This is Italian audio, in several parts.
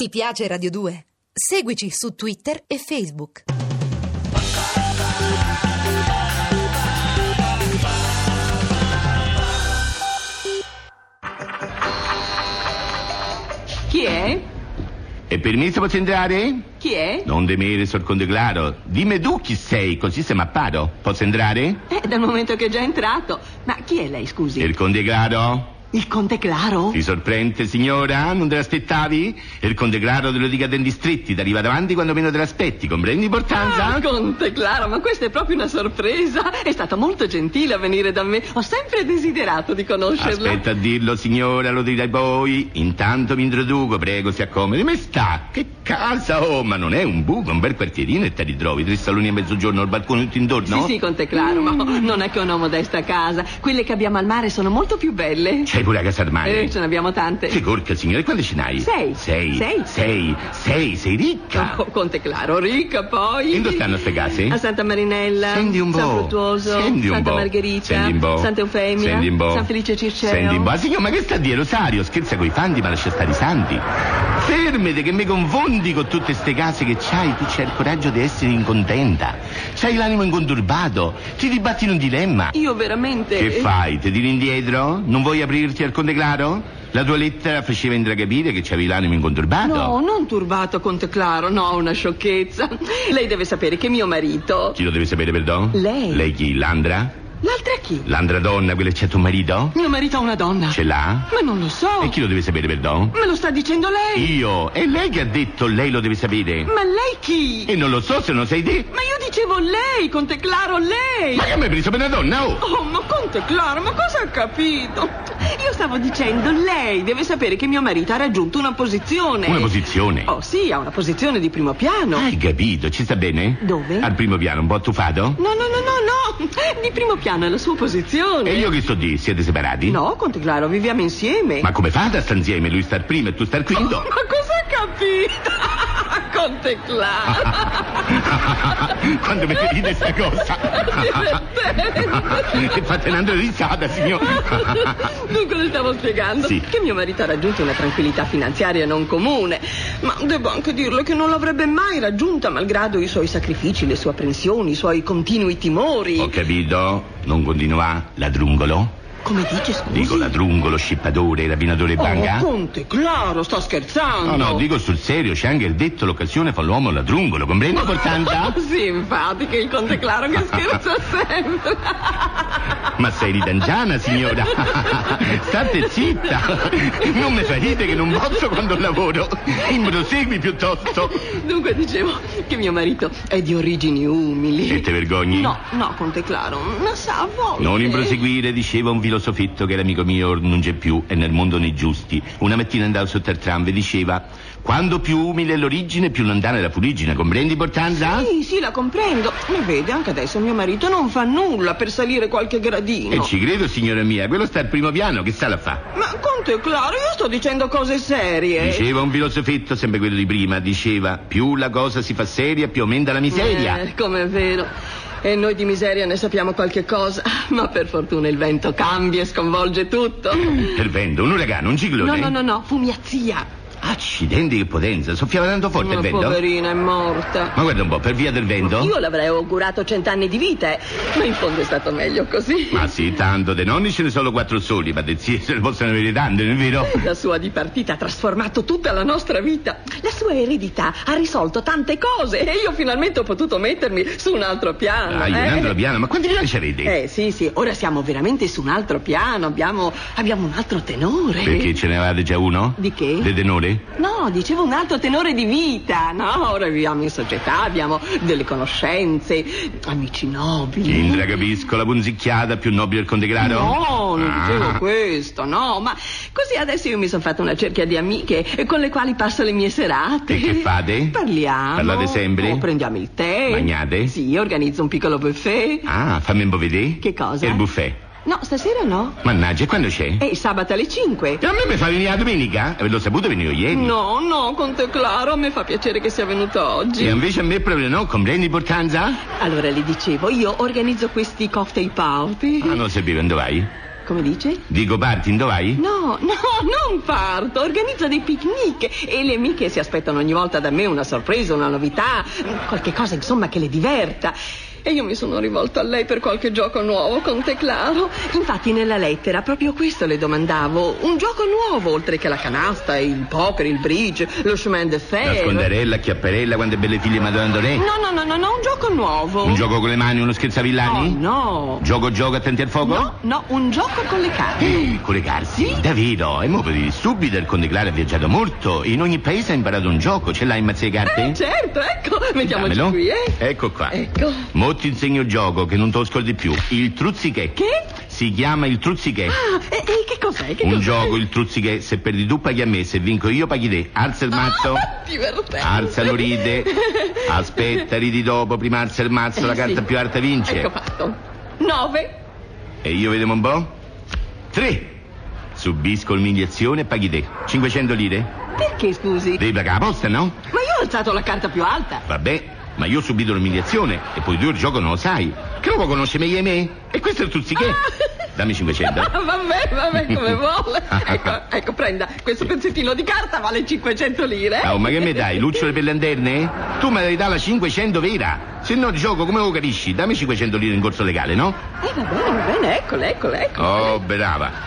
Ti piace Radio 2? Seguici su Twitter e Facebook. Chi è? E permesso posso entrare? Chi è? Non temere, sor Conte Claro. Dimmi tu chi sei, così se m'apparo. Posso entrare? Eh, dal momento che è già entrato. Ma chi è lei, scusi? Il Conte Claro? Il conte Claro? Ti sorprende, signora? Non te l'aspettavi? Il Conte Claro te lo dica a denti stretti, ti arriva davanti quando meno te l'aspetti, comprendi l'importanza? Ah, conte Claro, ma questa è proprio una sorpresa. È stato molto gentile a venire da me. Ho sempre desiderato di conoscerla. Aspetta a dirlo, signora, lo dirai poi. Intanto mi introduco, prego, si accomodi. Ma sta? Che casa, oh, ma non è un buco, è un bel quartierino e te li trovi. Tre saloni a mezzogiorno, il balcone tutto intorno. Sì, sì, conte Claro, ma Mm. non è che ho una modesta casa. Quelle che abbiamo al mare sono molto più belle. C'hai pure la casa al mare. Eh, ce ne abbiamo tante. Figurca, signore, quante ce n'hai? Sei. Sei. Sei. Sei. Sei, sei ricca. Co- Oh, conte Claro, ricca poi. E dove stanno ste case? A Santa Marinella, Senti un po'. San Fruttuoso, Senti un Santa po'. Margherita, Senti un po'. Santa Eufemia, Senti un po'. San Felice Circeo. Senti un po'. Ah, signor, ma che sta a dire, Rosario? Scherza coi fanti, ma lascia stare i santi. Fermete che mi confondi con tutte ste case che c'hai. Tu c'hai il coraggio di essere incontenta. C'hai l'animo inconturbato. Ti ribatti in un dilemma. Io veramente... Che fai? Ti tiri indietro? Non vuoi aprirti al Conte Claro? La tua lettera faceva intracapire che c'avevi l'animo inconturbato. No, non turbato, Conte Claro, no, una sciocchezza. Lei deve sapere che mio marito. Chi lo deve sapere, perdono? Lei. Lei chi? Landra? L'altra chi? Landra donna, quella c'è tuo marito? Mio marito ha una donna. Ce l'ha? Ma non lo so. E chi lo deve sapere, perdono? Me lo sta dicendo lei. Io. È lei che ha detto lei lo deve sapere. Ma lei chi? E non lo so se non sei te. Ma io dicevo lei, Conte Claro, lei. Ma che mi hai preso per una donna, oh? Oh, ma Conte Claro, ma cosa ha capito? Io stavo dicendo lei deve sapere che mio marito ha raggiunto una posizione. Una posizione. Oh, sì, ha una posizione di primo piano. Hai capito, ci sta bene? Dove? Al primo piano, un po' attufato? No, no, no, no, no. Di primo piano è la sua posizione. E io che sto di? Siete separati? No, Conte Claro, viviamo insieme. Ma come fate a stare insieme? Lui sta al primo e tu stai al quinto? Ma cosa ha capito? Conte Claro. Quando mi dite sta cosa? e fate un'altra risata, signor. Dunque le stavo spiegando Sì. che mio marito ha raggiunto una tranquillità finanziaria non comune, ma devo anche dirle che non l'avrebbe mai raggiunta malgrado i suoi sacrifici, le sue apprensioni, i suoi continui timori. Ho capito, non continua ladrungolo? Come dice scusi? Dico ladrungolo, scippatore, rapinatore e Oh, banca? Conte, claro, sta scherzando. No, no, dico sul serio, c'è anche il detto l'occasione fa l'uomo ladrungolo, comprendi l'importanza? Sì, infatti, che il Conte Claro che scherza sempre. Ma sei ritangiana, signora! State zitta! Non mi farite che non posso quando lavoro! Prosegui piuttosto! Dunque dicevo che mio marito è di origini umili. E te vergogni? No, no, Conte Claro, ma sa a volte. Non improseguire, diceva un filosofetto che era amico mio, or non c'è più, e nel mondo nei giusti. Una mattina andava sotto al tram e diceva: Quando più umile è l'origine, più lontana è la fuliggine, comprendi l'importanza? Sì, sì, la comprendo. Ma vede, anche adesso mio marito non fa nulla per salire qualche gradino. E ci credo, signora mia, quello sta al primo piano, che sa la fa? Ma Conte Claro, io sto dicendo cose serie. Diceva un filosofetto, sempre quello di prima, diceva: Più la cosa si fa seria, più aumenta la miseria. Eh, com'è vero. E noi di miseria ne sappiamo qualche cosa, ma per fortuna il vento cambia e sconvolge tutto. Per vento, un uragano, un No, ciclone. no, no, no, fu mia zia. Accidenti, che potenza, soffiava tanto Ah, forte Ma il vento. poverina, è morta. Ma guarda un po', per via del vento? Io l'avrei augurato cent'anni di vita, eh, ma in fondo è stato meglio così. Ma sì, tanto, dei nonni ce ne sono quattro soli, ma dei zii se ne possono avere tante, non è vero? La sua dipartita ha trasformato tutta la nostra vita. La sua eredità ha risolto tante cose e io finalmente ho potuto mettermi su un altro piano. Dai, eh. Ah, un altro piano, ma quanti piani avete? Eh, sì, sì, ora siamo veramente su un altro piano, abbiamo, abbiamo un altro tenore. Perché ce ne avevate già uno? Di che? De tenore? No, dicevo un altro tenore di vita, no? Ora viviamo in società, abbiamo delle conoscenze, amici nobili. Indra, capisco, la punzicchiata più nobile del Conte Claro? No, non Ah. dicevo questo, no, ma così adesso io mi sono fatta una cerchia di amiche eh, con le quali passo le mie serate. E che fate? Parliamo. Parlate sempre? Oh, prendiamo il tè. Magnate? Sì, organizzo un piccolo buffet. Ah, fammi un po' vedere. Che cosa? Eh. E il buffet. No, stasera no. Mannaggia, e quando c'è? È sabato alle 5. E a me mi fa venire la domenica? Eh, L'ho saputo venivo ieri. No, no, Conte Claro, mi fa piacere che sia venuto oggi. E invece a me proprio no, comprendi Ah, l'importanza? Allora le dicevo, io organizzo questi cocktail party. Ah, non sapevo, dove vai? Come dice? Dico parti, dov'hai? No, no, non parto. Organizzo dei picnic e le amiche si aspettano ogni volta da me una sorpresa, una novità, qualche cosa insomma che le diverta. E io mi sono rivolta a lei per qualche gioco nuovo, Conte Claro. Infatti nella lettera proprio questo le domandavo. Un gioco nuovo, oltre che la canasta, il poker, il bridge, lo chemin de fer. Nasconderella, chiapperella, quante belle figlie Madonna Antonella. No, no, no, no, no, un gioco nuovo. Oh, Un gioco con le mani, uno scherzavillani? No, no. Gioco gioco attenti al fuoco? No, no, un gioco con le carte. Eh, Collegarsi? Davvero? E mo per dire subito il Conte Claro ha viaggiato molto. In ogni paese ha imparato un gioco. Ce l'hai in mazza di carte? Eh, certo, ecco, mettiamoci Dammelo. qui, eh. Ecco qua. Ecco. Mo ti insegno il gioco che non te lo scordi più. Il truzzichetto. Che? Si chiama il truzzichetto. Ah, e, e che cos'è? Che Un cos'è? gioco, il truzzichetto. Se perdi tu paghi a me, se vinco io paghi te. Alza il mazzo. Ah, divertente. Alzalo, ride. Aspetta, ridi dopo, prima alza il mazzo, la Eh, carta sì. più alta vince. Ecco fatto. Nove. E io vediamo un po'. Tre. Subisco l'umiliazione e paghi te. 500 lire? Perché scusi? Devi pagare la posta, no? Ma io ho alzato la carta più alta. Vabbè, ma io ho subito l'umiliazione e poi tu il gioco non lo sai. Che lo conosce meglio di me? E questo è il tuzzichetto. Dammi 500. Ah, vabbè, vabbè, come vuole. Ecco, ecco, prenda questo pezzettino di carta, vale 500 lire. Oh, ma che mi dai, lucciole per le lanterne? Tu me devi dare la 500 vera. Se no il gioco come lo capisci? Dammi 500 lire in corso legale, no? Eh, va bene, va bene, eccole, eccole, ecco. eccole. Oh, brava.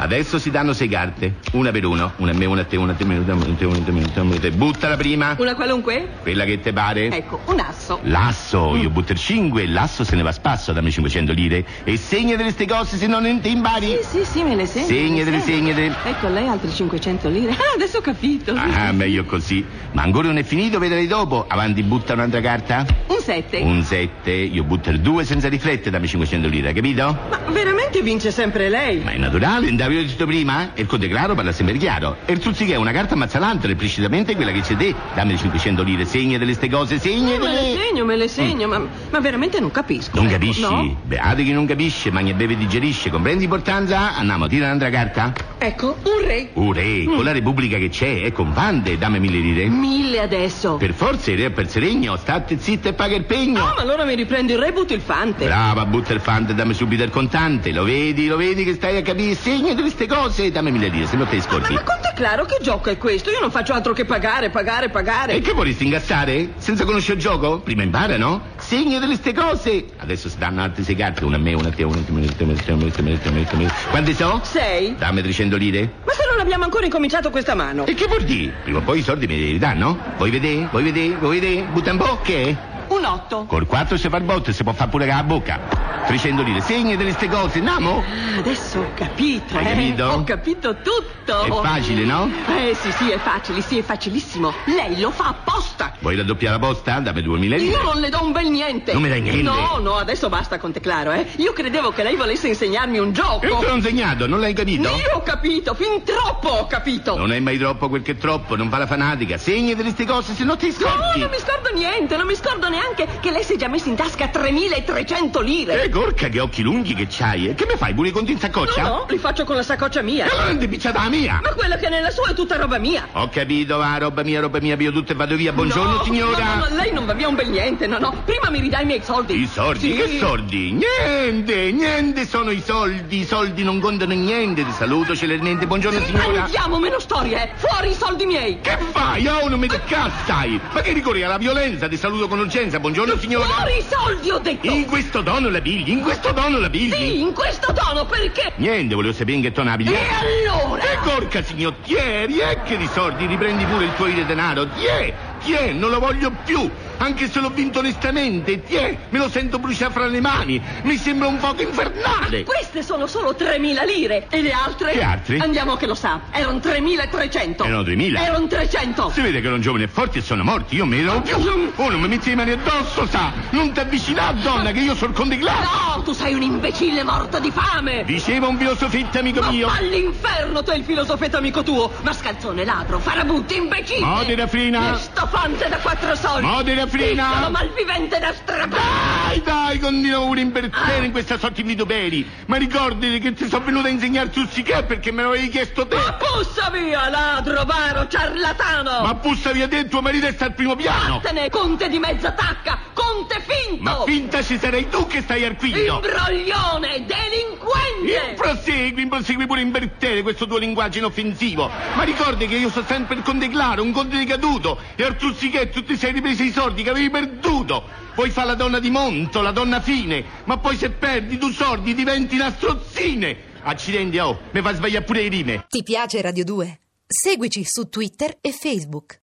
Adesso si danno sei carte, una per uno, una a me, una a te, una a te, una a te, una a te, una a te, una a te, una a te. Butta la prima, Una qualunque? quella che te pare. Ecco, un asso. L'asso, io butto il 5, l'asso se ne va a spasso, dammi 500 lire. E segna delle ste cose se no non ti impari. Sì, sì, sì, me le segno. me Segnatele, le segno. segnatele. Ecco, lei altri 500 lire. Ah, adesso ho capito. Ah, meglio così. Ma ancora non è finito, vedrai dopo. Avanti, butta un'altra carta. Un 7. Un 7, io butto il 2 senza riflettere, dammi 500 lire, capito? Ma veramente vince sempre lei? Ma è naturale, non avevo detto prima? eh? E il conte claro parla sempre chiaro. E il Zuzzichè è una carta ammazzalante, è precisamente quella che c'è te. Dammi 500 lire, segna delle ste cose, me segna le delle... segno, me le segno, ma, ma veramente non capisco. Non Ecco, capisci? No? Beate chi non capisce, magna beve e digerisce, comprendi l'importanza? Andiamo, tira un'altra carta. Ecco, un re. Ure, Mm. con la repubblica che c'è, è con Vande, dammi mille lire. Mille adesso. Per forza il re è per seregno, state zitta e paga il pegno. Ah, ma allora mi riprendo il re e butto il fante. Brava, butta il fante, dammi subito il contante. Lo vedi, lo vedi che stai a capire? Segna queste cose. Dammi mille lire, se no te le Ah, Ma, scordi. ma conto è claro che gioco è questo? Io non faccio altro che pagare, pagare, pagare. E che vorresti ingassare? Senza conoscere il gioco? Prima impara, no? Segna delle ste cose. Adesso si danno altre sei carte. Una a me, una a te, una a te, una a te, una a te, una a te, una a te, una a te, una a te. Quante so? Sei? Dammi 300 lire. Ma se non abbiamo ancora incominciato questa mano? E che vuol dire? Prima o poi i soldi me li danno? Vuoi vedere? Vuoi vedere? Vuoi vedere? Butta un po' che? Un otto. Col 4 si fa il botto e si può fare pure la bocca. 300 lire. Segna delle ste cose, andiamo? Ah, Adesso ho capito, Hai eh. capito? Ho capito tutto. È facile, no? Eh sì, sì, è facile, sì, è facilissimo. Lei lo fa apposta. Vuoi raddoppiare la posta? Dammi 2000 lire. Io non le do un bel niente. Non mi dai niente? No, no, adesso basta con te claro, eh. Io credevo che lei volesse insegnarmi un gioco. Io te l'ho insegnato, non l'hai capito? Io ho capito, fin troppo ho capito. Non è mai troppo quel che è troppo, non fa la fanatica. Segni delle ste cose, se no ti No, scordi. non mi scordo niente, non mi scordo neanche che lei si è già messa in tasca 3.300 lire. Eh, gorca, che occhi lunghi che c'hai. E che mi fai, pure i conti in saccoccia? No, no, li faccio con la saccoccia mia. E allora non ti picciata la mia. Ma quella che è nella sua è tutta roba mia. Ho capito, va, roba mia, roba mia, io tutto e vado via. Buongiorno, No, signora. No, no, no, lei non va via un bel niente, no, no. Prima mi ridai i miei soldi. I soldi? Sì. Che soldi? Niente, niente sono i soldi. I soldi non contano niente. Ti saluto celermente. Buongiorno, signora. Andiamo, meno storie, eh. Fuori i soldi miei. Che fai? Oh, non mi toccare, stai. Ma che ricorri alla violenza? Ti saluto con urgenza. Buongiorno, signora. Fuori i soldi, ho detto. In questo tono la pigli, in questo tono la pigli. Sì, Eh, in questo tono, perché? Niente, volevo sapere in che tono la pigli. E allora? E porca signottieri, e che risordi, riprendi pure il tuo ire denaro. Tiè, tiè, non lo voglio più. Anche se l'ho vinto onestamente, tiè, me lo sento bruciare fra le mani. Mi sembra un fuoco infernale. Queste sono solo 3.000 lire. E le altre? Che altri? Andiamo che lo sa. Erano 3.300. Erano 3.000? Erano 300. Si vede che erano giovani e forti e sono morti, io me ne ero più. Oh, non mi metti le mani addosso, sa! Non ti avvicinare, donna, che io sono il conte Glass! No, tu sei un imbecille morto di fame. Diceva un filosofitto, amico Ma mio! all'inferno te il filosofetto amico tuo. Mascalzone, ladro, farabutti, imbecille. Modera, Frina. Stofante da quattro soldi. Modera, Frina. Piccolo malvivente da strapare. Dai, dai, continua pure in bertene in questa sorta di vituperi. Ma ricordati che ti sono venuto a insegnare Zuzzichè perché me lo avevi chiesto te. Ma pussa via, ladro, varo, ciarlatano. Ma bussa via te, tuo marito sta al primo piano. Vattene, conte di mezza tacca. Conte Conte finto! Ma finta ci sarei tu che stai al quinto! Imbroglione, delinquente! Prosegui, prosegui pure in vertere questo tuo linguaggio inoffensivo. Ma ricordi che io sono sempre il conte Claro, un conte decaduto. E al Truzzichetto ti sei ripreso i soldi che avevi perduto. Poi fa la donna di Monto, la donna fine. Ma poi se perdi tu soldi diventi una strozzine. Accidenti, oh, mi fa sbagliare pure le rime. Ti piace Radio 2? Seguici su Twitter e Facebook.